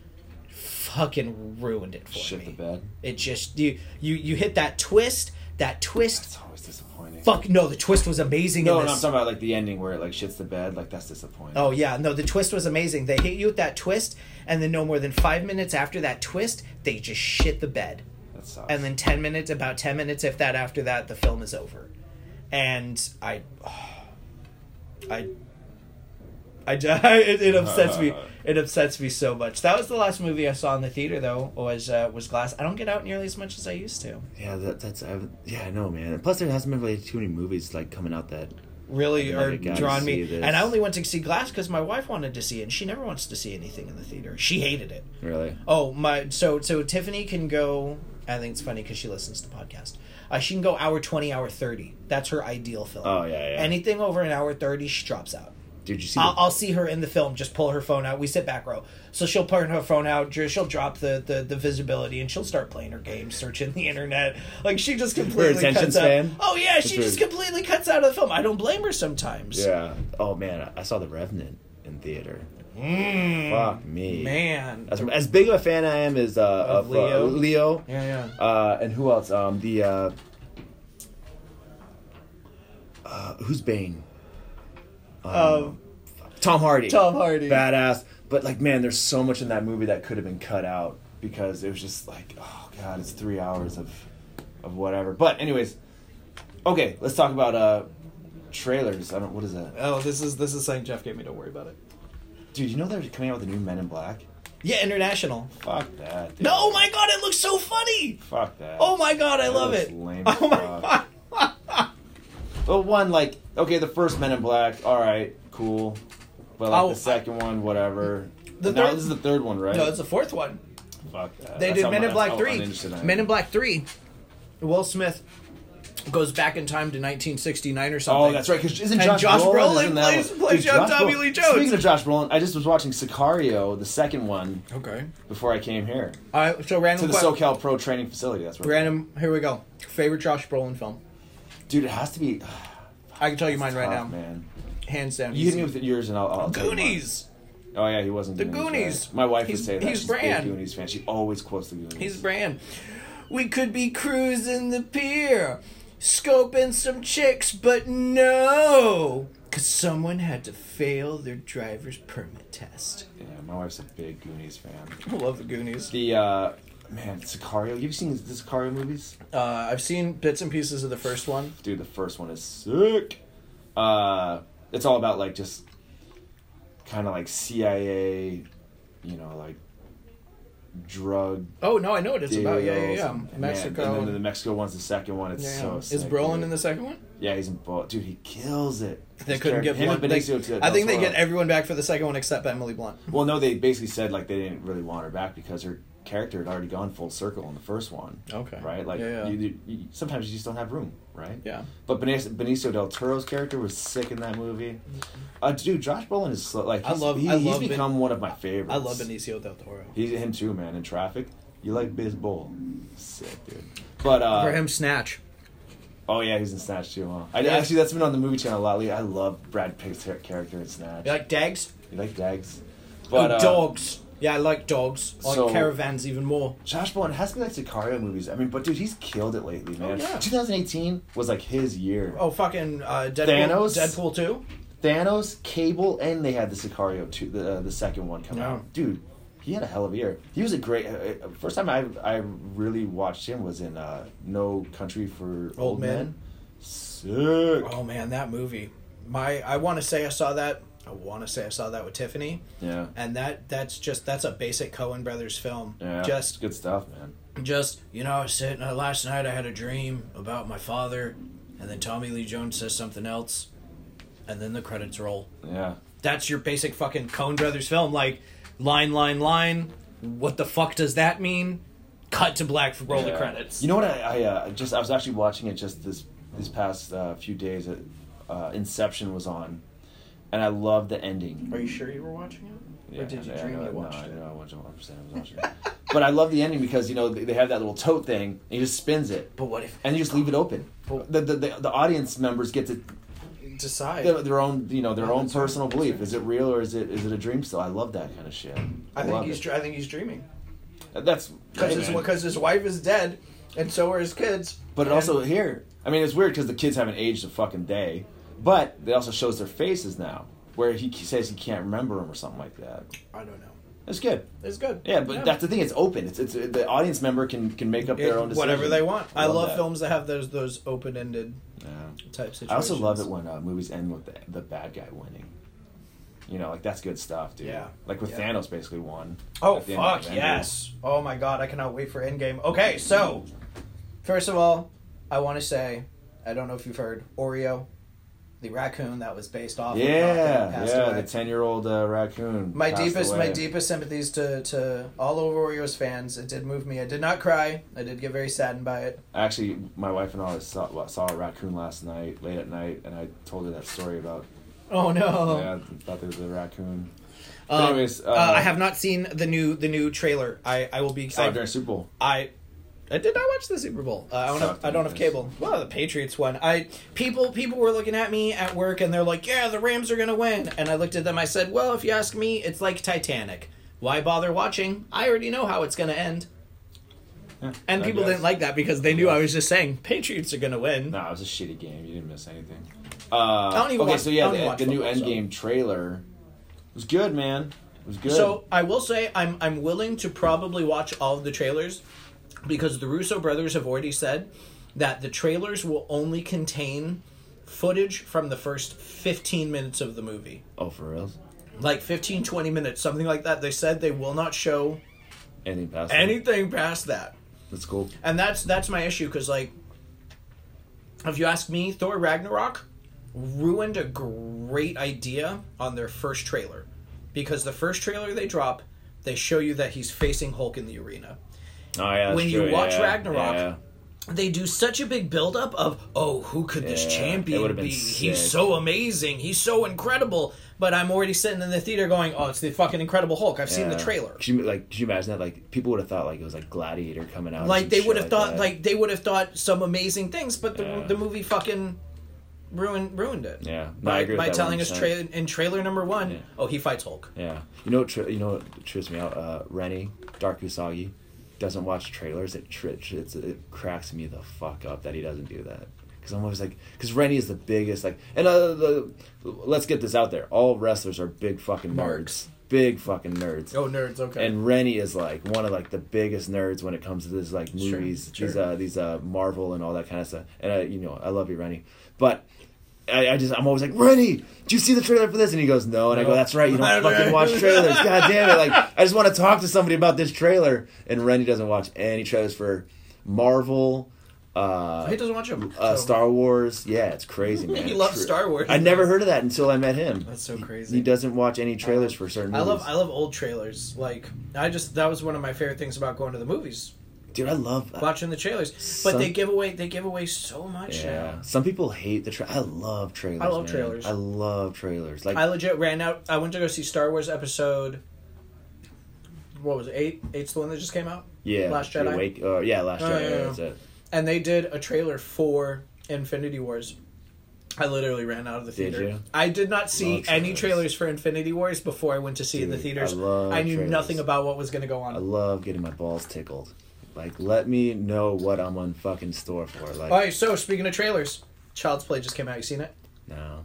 [SPEAKER 3] fucking ruined it for
[SPEAKER 2] shit the
[SPEAKER 3] me.
[SPEAKER 2] bed.
[SPEAKER 3] It just you you you hit that twist, that twist.
[SPEAKER 2] It's always disappointing.
[SPEAKER 3] Fuck no, the twist was amazing.
[SPEAKER 2] No,
[SPEAKER 3] in
[SPEAKER 2] no, I'm
[SPEAKER 3] this.
[SPEAKER 2] talking about like the ending where it like shits the bed. Like that's disappointing.
[SPEAKER 3] Oh yeah, no, the twist was amazing. They hit you with that twist, and then no more than five minutes after that twist, they just shit the bed.
[SPEAKER 2] that sucks.
[SPEAKER 3] And then ten minutes, about ten minutes, if that, after that, the film is over. And I, I, I, ju- it, it upsets me. It upsets me so much. That was the last movie I saw in the theater, though. Was uh, was Glass? I don't get out nearly as much as I used to.
[SPEAKER 2] yeah, that, that's I, haven't- yeah, I know, man. Plus, there hasn't been really too many movies like coming out that.
[SPEAKER 3] really
[SPEAKER 2] I've
[SPEAKER 3] are
[SPEAKER 2] never gotten to
[SPEAKER 3] drawn me.
[SPEAKER 2] see this.
[SPEAKER 3] And I only went to see Glass because my wife wanted to see it, and she never wants to see anything in the theater. She hated it.
[SPEAKER 2] Really,
[SPEAKER 3] Oh my! So so Tiffany can go. I think it's funny because she listens to podcast. Uh, she can go hour twenty, hour thirty. That's her ideal film.
[SPEAKER 2] Oh, yeah, yeah.
[SPEAKER 3] Anything over an hour thirty, she drops out.
[SPEAKER 2] dude, you see?
[SPEAKER 3] I'll,
[SPEAKER 2] the,
[SPEAKER 3] I'll see her in the film. Just pull her phone out. We sit back row, so she'll pull her phone out. dr- She'll drop the, the, the visibility, and she'll start playing her game, searching the internet. Like she just completely
[SPEAKER 2] attention
[SPEAKER 3] cuts
[SPEAKER 2] span?
[SPEAKER 3] out. Oh yeah, she
[SPEAKER 2] her-
[SPEAKER 3] just completely cuts out of the film. I don't blame her sometimes.
[SPEAKER 2] yeah. Oh man, I saw The Revenant in theater. Fuck me,
[SPEAKER 3] Mm. man.
[SPEAKER 2] As, as big of a fan I am as uh, of, Leo,
[SPEAKER 3] Leo.
[SPEAKER 2] uh, Leo,
[SPEAKER 3] Yeah, yeah.
[SPEAKER 2] uh, and who else? Um, the uh, uh, who's Bane?
[SPEAKER 3] Um,
[SPEAKER 2] Tom Hardy.
[SPEAKER 3] Tom Hardy.
[SPEAKER 2] Badass. But like, man, there's so much in that movie that could have been cut out because it was just like, oh god, it's three hours of, of whatever. But anyways, okay, let's talk about uh, trailers. I don't. What is that,
[SPEAKER 3] oh, this is this is something Jeff gave me. Don't worry about it.
[SPEAKER 2] dude? You know they're coming out with a new Men in Black.
[SPEAKER 3] Yeah, international.
[SPEAKER 2] Fuck that. Dude.
[SPEAKER 3] No, oh my god, it looks so funny.
[SPEAKER 2] Fuck that.
[SPEAKER 3] Oh my god, I
[SPEAKER 2] That
[SPEAKER 3] love
[SPEAKER 2] looks
[SPEAKER 3] it.
[SPEAKER 2] lame as
[SPEAKER 3] oh my
[SPEAKER 2] fuck.
[SPEAKER 3] god.
[SPEAKER 2] But one, like, okay, the first Men in Black, all right, cool. But like
[SPEAKER 3] Oh, I-
[SPEAKER 2] the second one, whatever.
[SPEAKER 3] The
[SPEAKER 2] now
[SPEAKER 3] third-
[SPEAKER 2] this is the third one, right?
[SPEAKER 3] No, it's the fourth one.
[SPEAKER 2] Fuck that.
[SPEAKER 3] They
[SPEAKER 2] That's
[SPEAKER 3] did
[SPEAKER 2] how
[SPEAKER 3] Men
[SPEAKER 2] mu-
[SPEAKER 3] in
[SPEAKER 2] that's
[SPEAKER 3] Black
[SPEAKER 2] how uninterested I
[SPEAKER 3] 3.
[SPEAKER 2] am.
[SPEAKER 3] Men in Black 3. Will Smith goes back in time to 1969 or something.
[SPEAKER 2] Oh, that's right. Because isn't
[SPEAKER 3] And
[SPEAKER 2] Josh,
[SPEAKER 3] Josh Brolin
[SPEAKER 2] isn't that
[SPEAKER 3] plays-
[SPEAKER 2] one-
[SPEAKER 3] plays
[SPEAKER 2] Dude,
[SPEAKER 3] young
[SPEAKER 2] Josh
[SPEAKER 3] Tommy
[SPEAKER 2] Brolin-
[SPEAKER 3] Lee Jones.
[SPEAKER 2] Speaking of Josh Brolin, I just was watching Sicario, the second one,
[SPEAKER 3] Okay.
[SPEAKER 2] before I came here
[SPEAKER 3] All right, so
[SPEAKER 2] to
[SPEAKER 3] random
[SPEAKER 2] the
[SPEAKER 3] que-
[SPEAKER 2] SoCal Pro Training Facility. That's where.
[SPEAKER 3] random here we go. Favorite Josh Brolin film.
[SPEAKER 2] Dude, it has to be.
[SPEAKER 3] I can tell you mine right
[SPEAKER 2] tough,
[SPEAKER 3] now.
[SPEAKER 2] man.
[SPEAKER 3] Hands down.
[SPEAKER 2] You hit me with yours, and I'll. I'll tell you mine.
[SPEAKER 3] Goonies.
[SPEAKER 2] Oh yeah, he wasn't.
[SPEAKER 3] The Goonies.
[SPEAKER 2] right? My wife would
[SPEAKER 3] He's-
[SPEAKER 2] say that.
[SPEAKER 3] he's
[SPEAKER 2] She's a big
[SPEAKER 3] Bran.
[SPEAKER 2] Goonies fan. She always quotes the Goonies.
[SPEAKER 3] He's brand. We could be cruising the pier, scoping some chicks, but no, 'cause someone had to fail their driver's permit test.
[SPEAKER 2] yeah, my wife's a big Goonies fan.
[SPEAKER 3] I love the Goonies.
[SPEAKER 2] The uh man, Sicario. You've seen the Sicario movies?
[SPEAKER 3] Uh, I've seen bits and pieces of the first one.
[SPEAKER 2] Dude, the first one is sick. Uh it's all about like just kind of like CIA, you know, like drug
[SPEAKER 3] Oh no, I know what it's about. Yeah, yeah,
[SPEAKER 2] deals
[SPEAKER 3] yeah.
[SPEAKER 2] and- and
[SPEAKER 3] Mexico.
[SPEAKER 2] Man, and then the Mexico one's the second one. It's
[SPEAKER 3] yeah,
[SPEAKER 2] so
[SPEAKER 3] yeah.
[SPEAKER 2] sick.
[SPEAKER 3] Is Brolin
[SPEAKER 2] dude.
[SPEAKER 3] in the second one?
[SPEAKER 2] Yeah, he's in Brolin. Dude, he kills it.
[SPEAKER 3] They
[SPEAKER 2] His
[SPEAKER 3] couldn't
[SPEAKER 2] character-
[SPEAKER 3] get
[SPEAKER 2] him
[SPEAKER 3] one.
[SPEAKER 2] and
[SPEAKER 3] they-
[SPEAKER 2] Benicio del
[SPEAKER 3] I think they
[SPEAKER 2] Toro.
[SPEAKER 3] get everyone back for the second one except Emily Blunt.
[SPEAKER 2] Well, no, they basically said like they didn't really want her back because her character had already gone full circle in the first one.
[SPEAKER 3] Okay.
[SPEAKER 2] Right? Like
[SPEAKER 3] Yeah, yeah.
[SPEAKER 2] You, you, you- sometimes you just don't have room, right?
[SPEAKER 3] Yeah.
[SPEAKER 2] But Benicio, Benicio del Toro's character was sick in that movie. Uh, dude, Josh Brolin is so, like
[SPEAKER 3] Mm-hmm. I
[SPEAKER 2] he's,
[SPEAKER 3] love-
[SPEAKER 2] he-
[SPEAKER 3] I
[SPEAKER 2] he's
[SPEAKER 3] love Ben-
[SPEAKER 2] become one of my favorites.
[SPEAKER 3] I love Benicio del Toro.
[SPEAKER 2] He's him too, man. In Traffic, you like Biz Bull, sick dude. But uh,
[SPEAKER 3] for him, Snatch.
[SPEAKER 2] oh yeah, he's in Snatch too, huh? I,
[SPEAKER 3] Yeah.
[SPEAKER 2] Actually, that's been on the movie channel a lot lately. I love Brad Pitt's character in Snatch.
[SPEAKER 3] You like Dags?
[SPEAKER 2] You like Dags?
[SPEAKER 3] oh, dogs. Yeah, I like dogs. I like
[SPEAKER 2] uh, So-
[SPEAKER 3] caravans even more.
[SPEAKER 2] Josh Brolin has to be like Sicario movies. I mean, but dude, he's killed it lately, man.
[SPEAKER 3] Oh, yeah.
[SPEAKER 2] 2018 was like his year.
[SPEAKER 3] Oh, fucking uh, Deadpool,
[SPEAKER 2] Thanos?
[SPEAKER 3] Deadpool two.
[SPEAKER 2] Thanos, Cable, and they had the Sicario two, the uh, the second one come
[SPEAKER 3] Yeah.
[SPEAKER 2] out. Dude, he had a hell of a year. He was a great. uh, Uh, first time I I really watched him was in uh, No Country for Old, Men.
[SPEAKER 3] Men.
[SPEAKER 2] Sick.
[SPEAKER 3] Oh man, that movie. My, I want to say I saw that. I want to say I saw that with Tiffany.
[SPEAKER 2] Yeah.
[SPEAKER 3] And that that's just that's a basic Cohen brothers film.
[SPEAKER 2] Yeah.
[SPEAKER 3] Just
[SPEAKER 2] good stuff, man.
[SPEAKER 3] just you know, I was sitting uh, last night. I had a dream about my father, and then Tommy Lee Jones says something else, and then the credits roll.
[SPEAKER 2] Yeah.
[SPEAKER 3] That's your basic fucking Coen Brothers film. Like line, line, line. What the fuck does that mean? Cut to black for roll the
[SPEAKER 2] Yeah.
[SPEAKER 3] credits.
[SPEAKER 2] You know what? I, I uh, just I was actually watching it just this this past uh, few days. Uh, uh, Inception was on, and I loved the ending.
[SPEAKER 3] Are you sure you were watching it?
[SPEAKER 2] Yeah,
[SPEAKER 3] did you
[SPEAKER 2] I- I
[SPEAKER 3] dream
[SPEAKER 2] know-
[SPEAKER 3] you watched
[SPEAKER 2] no,
[SPEAKER 3] it?
[SPEAKER 2] I know I watched it 100%. I was watching it. but I love the ending because, you know, they they have that little tote thing, and he just spins it.
[SPEAKER 3] But what if
[SPEAKER 2] And you just leave it open. The, the, the, the audience members get to
[SPEAKER 3] decide?
[SPEAKER 2] their, their own, you know, their
[SPEAKER 3] Oh,
[SPEAKER 2] own
[SPEAKER 3] that's right,
[SPEAKER 2] personal
[SPEAKER 3] that's
[SPEAKER 2] belief.
[SPEAKER 3] right.
[SPEAKER 2] Is it real or is it is it a dream still? I love that kind of shit.
[SPEAKER 3] I think
[SPEAKER 2] love
[SPEAKER 3] he's
[SPEAKER 2] it.
[SPEAKER 3] dr- I think he's dreaming
[SPEAKER 2] That's
[SPEAKER 3] because
[SPEAKER 2] hey,
[SPEAKER 3] his
[SPEAKER 2] man.
[SPEAKER 3] because his wife is dead, and so are his kids.
[SPEAKER 2] But it
[SPEAKER 3] And-
[SPEAKER 2] also here, I mean, it's weird because the kids haven't aged a fucking day, but it also shows their faces now, where he says he can't remember them or something like that.
[SPEAKER 3] I don't know.
[SPEAKER 2] It's good.
[SPEAKER 3] It's good.
[SPEAKER 2] Yeah, but that's the thing. It's open. It's it's the audience member can can make up their own decision.
[SPEAKER 3] whatever they want. I love,
[SPEAKER 2] that.
[SPEAKER 3] films that have those those open ended
[SPEAKER 2] Yeah.
[SPEAKER 3] type situations.
[SPEAKER 2] I also love it when uh, movies end with the, the bad guy winning. You know, like that's good stuff, dude.
[SPEAKER 3] Yeah.
[SPEAKER 2] Like with
[SPEAKER 3] Yeah.
[SPEAKER 2] Thanos, basically won.
[SPEAKER 3] Oh
[SPEAKER 2] at the end of
[SPEAKER 3] fuck
[SPEAKER 2] Avengers.
[SPEAKER 3] yes! Oh my god, I cannot wait for Endgame. Okay, so first of all, I want to say I don't know if you've heard Oreo, the raccoon that was based off.
[SPEAKER 2] Yeah,
[SPEAKER 3] of Rocket, passed
[SPEAKER 2] yeah.
[SPEAKER 3] away.
[SPEAKER 2] The ten-year-old uh, raccoon.
[SPEAKER 3] my
[SPEAKER 2] passed
[SPEAKER 3] deepest, my
[SPEAKER 2] away.
[SPEAKER 3] deepest sympathies to to all of Oreo's fans. It did move me. I did not cry. I did get very saddened by it.
[SPEAKER 2] Actually, my wife and I saw, well, saw a raccoon last night, late at night, and I told her that story about
[SPEAKER 3] Oh no!
[SPEAKER 2] yeah, thought there was a raccoon. But
[SPEAKER 3] Um,
[SPEAKER 2] anyways, uh,
[SPEAKER 3] uh, I have not seen the new the new trailer. I I will be.
[SPEAKER 2] saw
[SPEAKER 3] I-
[SPEAKER 2] it during Super Bowl.
[SPEAKER 3] I I did not watch the Super Bowl. Uh, I don't have I don't have cable. Well, the Patriots won. I people people were looking at me at work and they're like, "Yeah, the Rams are gonna win." And I looked at them. I said, "Well, if you ask me, it's like Titanic. Why bother watching? I already know how it's gonna end." And
[SPEAKER 2] I
[SPEAKER 3] people
[SPEAKER 2] guess.
[SPEAKER 3] didn't like that because they knew I was just saying Patriots are gonna win.
[SPEAKER 2] No, it was a shitty game. You didn't miss anything. Uh, I
[SPEAKER 3] don't even
[SPEAKER 2] okay,
[SPEAKER 3] watch-
[SPEAKER 2] so
[SPEAKER 3] I
[SPEAKER 2] yeah,
[SPEAKER 3] don't even
[SPEAKER 2] the,
[SPEAKER 3] watch
[SPEAKER 2] the new
[SPEAKER 3] football, so.
[SPEAKER 2] Endgame trailer was good, man. It was good.
[SPEAKER 3] So I will say I'm I'm willing to probably watch all of the trailers because the Russo brothers have already said that the trailers will only contain footage from the first 15 minutes of the movie.
[SPEAKER 2] oh, for real?
[SPEAKER 3] Like 15 20 minutes, something like that. They said they will not show
[SPEAKER 2] Anything past that?
[SPEAKER 3] anything past that.
[SPEAKER 2] That's cool.
[SPEAKER 3] And that's that's my issue cuz like if you ask me, Thor Ragnarok ruined a great idea on their first trailer because the first trailer they drop, they show you that he's facing Hulk in the arena.
[SPEAKER 2] Oh yeah. that's
[SPEAKER 3] When you
[SPEAKER 2] true,
[SPEAKER 3] watch
[SPEAKER 2] yeah,
[SPEAKER 3] Ragnarok,
[SPEAKER 2] yeah.
[SPEAKER 3] They do such a big build up of, "Oh, who could this
[SPEAKER 2] Yeah, it
[SPEAKER 3] champion
[SPEAKER 2] would've been
[SPEAKER 3] be? He's
[SPEAKER 2] sick.
[SPEAKER 3] so amazing. He's so incredible." But I'm already sitting in the theater going, "Oh, it's the fucking Incredible Hulk. I've seen the
[SPEAKER 2] Yeah.
[SPEAKER 3] trailer."
[SPEAKER 2] Could you, like, could you imagine that? Like, people would have thought like it was like Gladiator coming out. or
[SPEAKER 3] Like
[SPEAKER 2] some
[SPEAKER 3] they
[SPEAKER 2] shit
[SPEAKER 3] would have thought
[SPEAKER 2] that.
[SPEAKER 3] like they would have thought some amazing things, but the
[SPEAKER 2] Yeah.
[SPEAKER 3] the movie fucking ruined ruined it.
[SPEAKER 2] Yeah. No, I
[SPEAKER 3] by,
[SPEAKER 2] agree with
[SPEAKER 3] by
[SPEAKER 2] that
[SPEAKER 3] telling us
[SPEAKER 2] 100%.
[SPEAKER 3] tra- in trailer number one,
[SPEAKER 2] Yeah.
[SPEAKER 3] oh, he fights Hulk.
[SPEAKER 2] Yeah. You know what? Tri- you know what trips me out? Uh, Rennie Dark Usagi doesn't watch trailers. It tri- tri- it's, it cracks me the fuck up that he doesn't do that. Because I'm always like, because Rennie is the biggest like, and uh, the, let's get this out there. All wrestlers are big fucking nerds.
[SPEAKER 3] Marks.
[SPEAKER 2] Big fucking nerds.
[SPEAKER 3] Oh, nerds. Okay.
[SPEAKER 2] And Rennie is like one of like the biggest nerds when it comes to this like
[SPEAKER 3] Sure,
[SPEAKER 2] movies,
[SPEAKER 3] sure.
[SPEAKER 2] these uh these uh Marvel and all that kind of stuff. And I, you know, I love you, Rennie, but. I, I just I'm always like Rennie, do you see the trailer for this? And he goes no, and I go
[SPEAKER 3] No.
[SPEAKER 2] that's right, you don't fucking watch trailers. God damn it! Like I just want to talk to somebody about this trailer, and Rennie doesn't watch any trailers for Marvel, uh,
[SPEAKER 3] Oh, he doesn't watch him.
[SPEAKER 2] uh,
[SPEAKER 3] so-
[SPEAKER 2] Star Wars. Yeah, it's crazy, man.
[SPEAKER 3] He loves
[SPEAKER 2] Tr-
[SPEAKER 3] Star Wars.
[SPEAKER 2] I never heard of that until I met him.
[SPEAKER 3] That's so
[SPEAKER 2] He-
[SPEAKER 3] crazy. Uh-huh.
[SPEAKER 2] He, doesn't watch any trailers for certain.
[SPEAKER 3] I
[SPEAKER 2] Movies.
[SPEAKER 3] love I love old trailers. Like I just that was one of my favorite things about going to the movies,
[SPEAKER 2] dude. I love
[SPEAKER 3] watching the trailers. But
[SPEAKER 2] Some-
[SPEAKER 3] they give away they give away so much.
[SPEAKER 2] Yeah.
[SPEAKER 3] now.
[SPEAKER 2] Some people hate the tra- I love trailers.
[SPEAKER 3] I love
[SPEAKER 2] man.
[SPEAKER 3] trailers.
[SPEAKER 2] I love trailers. Like
[SPEAKER 3] I legit ran out. I went to go see Star Wars episode. What was it? Eight? Eight's the one that just came out.
[SPEAKER 2] yeah,
[SPEAKER 3] Last
[SPEAKER 2] The
[SPEAKER 3] Jedi.
[SPEAKER 2] Awake- uh, yeah, Last
[SPEAKER 3] Oh,
[SPEAKER 2] Jedi.
[SPEAKER 3] yeah, yeah.
[SPEAKER 2] That's it.
[SPEAKER 3] and they did a trailer for Infinity Wars, I literally ran out of the
[SPEAKER 2] Did
[SPEAKER 3] theater.
[SPEAKER 2] you?
[SPEAKER 3] I did not see
[SPEAKER 2] Love
[SPEAKER 3] any
[SPEAKER 2] trailers.
[SPEAKER 3] trailers for Infinity Wars before I went to see it in the
[SPEAKER 2] Dude,
[SPEAKER 3] theaters.
[SPEAKER 2] I love
[SPEAKER 3] knew
[SPEAKER 2] trailers.
[SPEAKER 3] nothing about what was going to go on.
[SPEAKER 2] I love getting my balls tickled. Like, let me know what I'm on fucking store for. Like,
[SPEAKER 3] All right, so speaking of trailers, Child's Play just came out. You seen it?
[SPEAKER 2] no,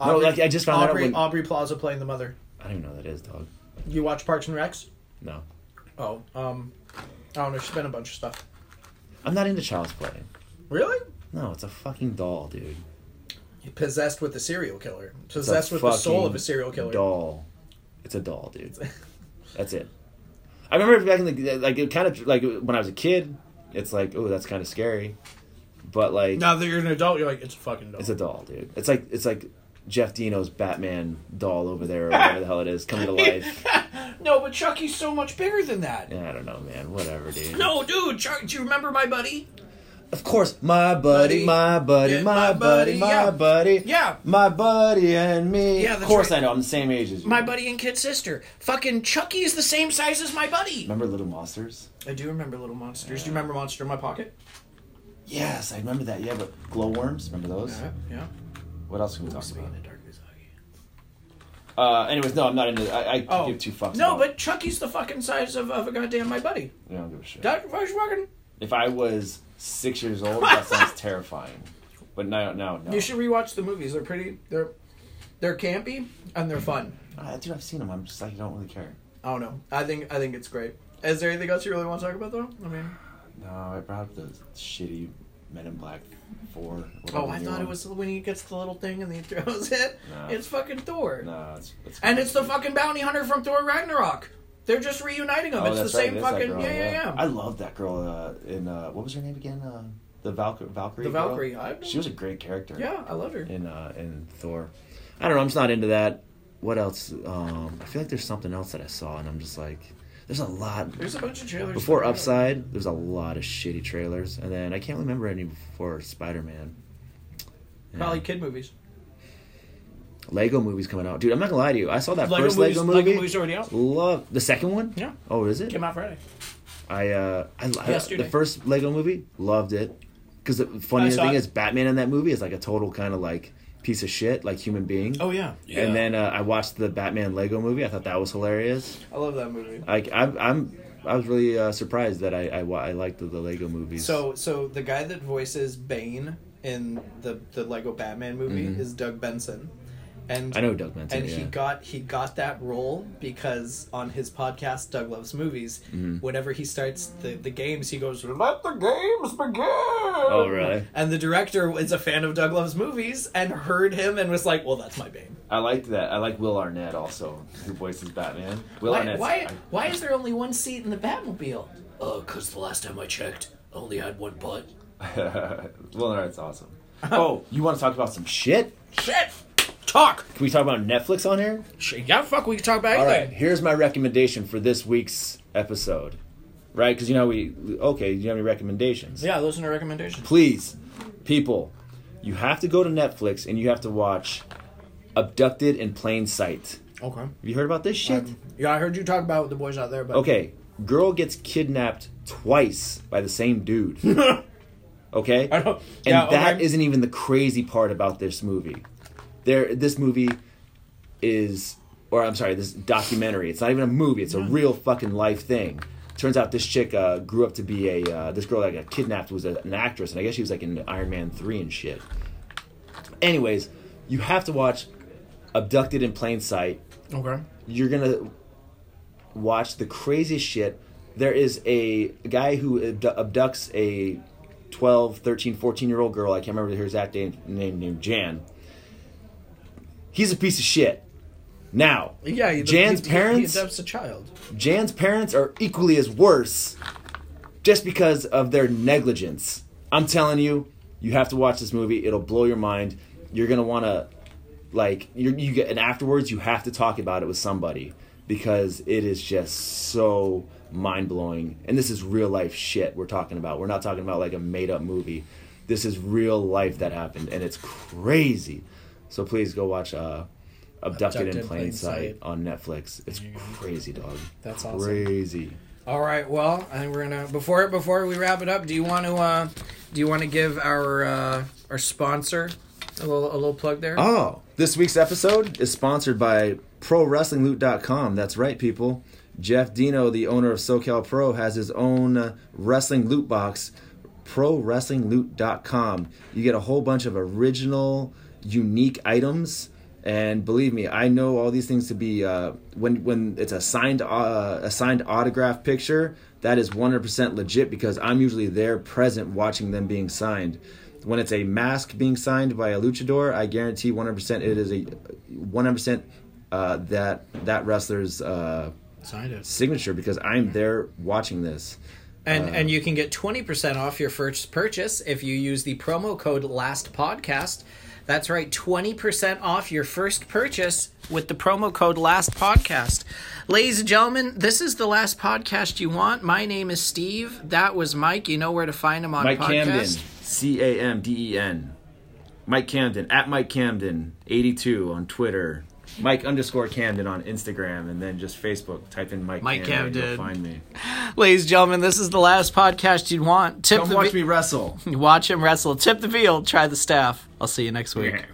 [SPEAKER 2] No, like, I just found out
[SPEAKER 3] Aubrey,
[SPEAKER 2] when-
[SPEAKER 3] Aubrey Plaza playing the mother.
[SPEAKER 2] I don't even know what that is, dog.
[SPEAKER 3] You watch Parks and Recs?
[SPEAKER 2] No,
[SPEAKER 3] Oh, um, I don't know. She's been in a bunch of stuff.
[SPEAKER 2] I'm not into child's play.
[SPEAKER 3] Really?
[SPEAKER 2] No, it's a fucking doll, dude.
[SPEAKER 3] Possessed with a serial killer.
[SPEAKER 2] It's a
[SPEAKER 3] Possessed with the soul
[SPEAKER 2] fucking
[SPEAKER 3] of a serial killer.
[SPEAKER 2] Doll. It's a doll, dude. That's it. I remember back in the like it kind of like when I was a kid, it's like oh that's kind of scary, but like
[SPEAKER 3] Now that you're an adult, you're like, it's a fucking doll.
[SPEAKER 2] it's a doll, dude. It's like it's like Jeff Dino's Batman doll over there or whatever the hell it is coming to life.
[SPEAKER 3] no, but Chucky's so much bigger than that.
[SPEAKER 2] Yeah, I don't know, man. Whatever, dude.
[SPEAKER 3] No, dude, Chuck, do you remember my buddy?
[SPEAKER 2] Of course, my
[SPEAKER 3] Buddy.
[SPEAKER 2] buddy, my buddy,
[SPEAKER 3] Yeah,
[SPEAKER 2] my
[SPEAKER 3] my
[SPEAKER 2] buddy,
[SPEAKER 3] buddy,
[SPEAKER 2] my
[SPEAKER 3] yeah.
[SPEAKER 2] buddy,
[SPEAKER 3] Yeah.
[SPEAKER 2] my buddy and me.
[SPEAKER 3] Yeah,
[SPEAKER 2] of
[SPEAKER 3] that's
[SPEAKER 2] course
[SPEAKER 3] right.
[SPEAKER 2] I know. I'm the same age as you.
[SPEAKER 3] My buddy and kid sister. Fucking Chucky is the same size as my buddy.
[SPEAKER 2] Remember Little Monsters?
[SPEAKER 3] I do remember Little Monsters. Do you remember Monster in My Pocket?
[SPEAKER 2] Yes, I remember that. Yeah, but glowworms. Remember those?
[SPEAKER 3] Yeah.
[SPEAKER 2] What else can we talk about?
[SPEAKER 3] Speaking of Dark Mizaki.
[SPEAKER 2] Uh, anyways, no, I'm not into. I, I
[SPEAKER 3] Oh.
[SPEAKER 2] give two fucks.
[SPEAKER 3] No,
[SPEAKER 2] about-
[SPEAKER 3] but Chucky's the fucking size of, of a goddamn my buddy.
[SPEAKER 2] I don't give a shit.
[SPEAKER 3] Dr. Volkswagen.
[SPEAKER 2] If I was six years old, that sounds terrifying. But no, no, no.
[SPEAKER 3] You should rewatch the movies. They're pretty. They're they're campy and they're fun.
[SPEAKER 2] Ah, dude, I've seen them. I'm just like, I don't really care.
[SPEAKER 3] I don't know. I think I think it's great. Is there anything else you really want to talk about though? I mean,
[SPEAKER 2] No, I brought up the shitty Men in Black Four. whatever
[SPEAKER 3] oh, I
[SPEAKER 2] the new
[SPEAKER 3] thought it
[SPEAKER 2] one.
[SPEAKER 3] was when he gets the little thing and he throws it.
[SPEAKER 2] Nah.
[SPEAKER 3] It's fucking Thor.
[SPEAKER 2] No, it's, it's
[SPEAKER 3] And it's the fucking bounty hunter from Thor Ragnarok. They're just reuniting them.
[SPEAKER 2] Oh,
[SPEAKER 3] it's the
[SPEAKER 2] that's right,
[SPEAKER 3] same
[SPEAKER 2] it is that
[SPEAKER 3] fucking
[SPEAKER 2] girl,
[SPEAKER 3] yeah yeah
[SPEAKER 2] I
[SPEAKER 3] yeah.
[SPEAKER 2] love that girl. Uh, in uh, what was her name again? Uh, the Valkyrie. Valkyrie.
[SPEAKER 3] The
[SPEAKER 2] girl?
[SPEAKER 3] Valkyrie. I,
[SPEAKER 2] She was a great character.
[SPEAKER 3] yeah, I love her.
[SPEAKER 2] in uh in Thor. I don't know, I'm just not into that. What else? Um I feel like there's something else that I saw and I'm just like there's a lot
[SPEAKER 3] There's a bunch of trailers.
[SPEAKER 2] before
[SPEAKER 3] that-
[SPEAKER 2] Upside, there's a lot of shitty trailers and then I can't remember any before Spider-Man. Yeah.
[SPEAKER 3] Probably kid movies.
[SPEAKER 2] Lego movies coming out. Dude, I'm not going to lie to you. I saw that
[SPEAKER 3] Lego
[SPEAKER 2] first
[SPEAKER 3] movies.
[SPEAKER 2] Lego movie.
[SPEAKER 3] Lego movies already out.
[SPEAKER 2] Love the second one?
[SPEAKER 3] Yeah.
[SPEAKER 2] Oh, is it?
[SPEAKER 3] Came out Friday.
[SPEAKER 2] I uh I li-
[SPEAKER 3] Yesterday.
[SPEAKER 2] the first Lego movie, loved it. Cuz the funniest
[SPEAKER 3] I saw
[SPEAKER 2] thing
[SPEAKER 3] it.
[SPEAKER 2] is Batman in that movie is like a total kind of like piece of shit, like human being.
[SPEAKER 3] Oh yeah.
[SPEAKER 2] And then uh, I watched the Batman Lego movie. I thought that was hilarious.
[SPEAKER 3] I love that movie.
[SPEAKER 2] Like I'm, I'm I was really uh, surprised that I I, wa- I liked the, the Lego movies.
[SPEAKER 3] So so the guy that voices Bane in the the Lego Batman movie is Doug Benson, and
[SPEAKER 2] Mm-hmm. I know Doug Benson.
[SPEAKER 3] and
[SPEAKER 2] yeah.
[SPEAKER 3] he got he got that role because on his podcast Doug Loves Movies,
[SPEAKER 2] Mm-hmm.
[SPEAKER 3] whenever he starts the, the games, he goes let the games begin.
[SPEAKER 2] oh really?
[SPEAKER 3] And the director is a fan of Doug Loves Movies and heard him and was like, well, that's my Bane.
[SPEAKER 2] I liked that. I like Will Arnett also, who voices Batman. Will
[SPEAKER 3] Why
[SPEAKER 2] Arnett's-
[SPEAKER 3] why,
[SPEAKER 2] I-
[SPEAKER 3] why is there only one seat in the Batmobile? Oh, because the last time I checked, I only had one butt.
[SPEAKER 2] Will Arnett's awesome. oh, you want to talk about some shit?
[SPEAKER 3] Shit! Talk!
[SPEAKER 2] Can we talk about Netflix on here?
[SPEAKER 3] Shit, Yeah, fuck, we can talk about
[SPEAKER 2] All
[SPEAKER 3] anything.
[SPEAKER 2] right, here's my recommendation for this week's episode. Right? Because you know we okay. Do you have any recommendations?
[SPEAKER 3] Yeah, those are our recommendations.
[SPEAKER 2] please, people, you have to go to Netflix and you have to watch Abducted in Plain Sight.
[SPEAKER 3] Okay.
[SPEAKER 2] Have you heard about this shit?
[SPEAKER 3] Yeah, I heard you talk about the boys out there, but
[SPEAKER 2] Okay, girl gets kidnapped twice by the same dude. okay?
[SPEAKER 3] I don't.
[SPEAKER 2] And
[SPEAKER 3] yeah,
[SPEAKER 2] that
[SPEAKER 3] okay.
[SPEAKER 2] not even the crazy part about this movie. There, this movie is, or I'm sorry, this documentary. It's not even a movie. It's a real fucking life thing. Turns out this chick uh, grew up to be a uh, this girl that got kidnapped was a, an actress, and I guess she was like in Iron Man three and shit. Anyways, you have to watch Abducted in Plain Sight
[SPEAKER 3] Okay.
[SPEAKER 2] you're gonna watch the craziest shit there is a guy who abdu- abducts a 12 13 14 year old girl i can't remember her exact name, name named jan he's a piece of shit now
[SPEAKER 3] Yeah, he-
[SPEAKER 2] jan's
[SPEAKER 3] he- he-
[SPEAKER 2] parents
[SPEAKER 3] He adopts a child.
[SPEAKER 2] jan's parents are equally as worse just because of their negligence i'm telling you you have to watch this movie it'll blow your mind you're gonna want to like you you get and afterwards you have to talk about it with somebody because it is just so mind blowing and this is real life shit we're talking about we're not talking about like a made up movie this is real life that happened and it's crazy so please go watch uh abducted, in plain, sight, Mm-hmm. on netflix it's crazy dog
[SPEAKER 3] That's awesome.
[SPEAKER 2] crazy
[SPEAKER 3] All right. Well, I think we're gonna before before we wrap it up. Do you want to uh, do you want to give our uh, our sponsor A little, a little plug there.
[SPEAKER 2] Oh, this week's episode is sponsored by ProWrestlingLoot.com. That's right, people. Jeff Dino, the owner of SoCal Pro, has his own uh, wrestling loot box, ProWrestlingLoot.com. You get a whole bunch of original, unique items. And believe me, I know all these things to be uh, when when it's a signed uh, a signed autograph picture. That is 100% legit because I'm usually there, present, watching them being signed when it's a mask being signed by a luchador, I guarantee 100% it is a 100% uh, that that wrestler's uh,
[SPEAKER 3] Signed it.
[SPEAKER 2] signature because I'm there watching this.
[SPEAKER 3] And
[SPEAKER 2] Uh,
[SPEAKER 3] and you can get 20% off your first purchase if you use the promo code last podcast. That's right, 20% off your first purchase with the promo code last podcast. Ladies and gentlemen, this is the last podcast you want. My name is Steve. That was Mike. You know where to find him on
[SPEAKER 2] Mike
[SPEAKER 3] podcast.
[SPEAKER 2] Camden, C A M D E N. Mike Camden at Mike Camden 82 on Twitter. Mike underscore Camden on Instagram and then just Facebook. Type in Mike,
[SPEAKER 3] Mike
[SPEAKER 2] You'll
[SPEAKER 3] Camden.
[SPEAKER 2] find me.
[SPEAKER 3] Ladies and gentlemen, this is the last podcast you'd want. Tip
[SPEAKER 2] Come
[SPEAKER 3] the
[SPEAKER 2] watch
[SPEAKER 3] vi-
[SPEAKER 2] me wrestle.
[SPEAKER 3] watch him wrestle. Tip the field, try the staff. I'll see you next week.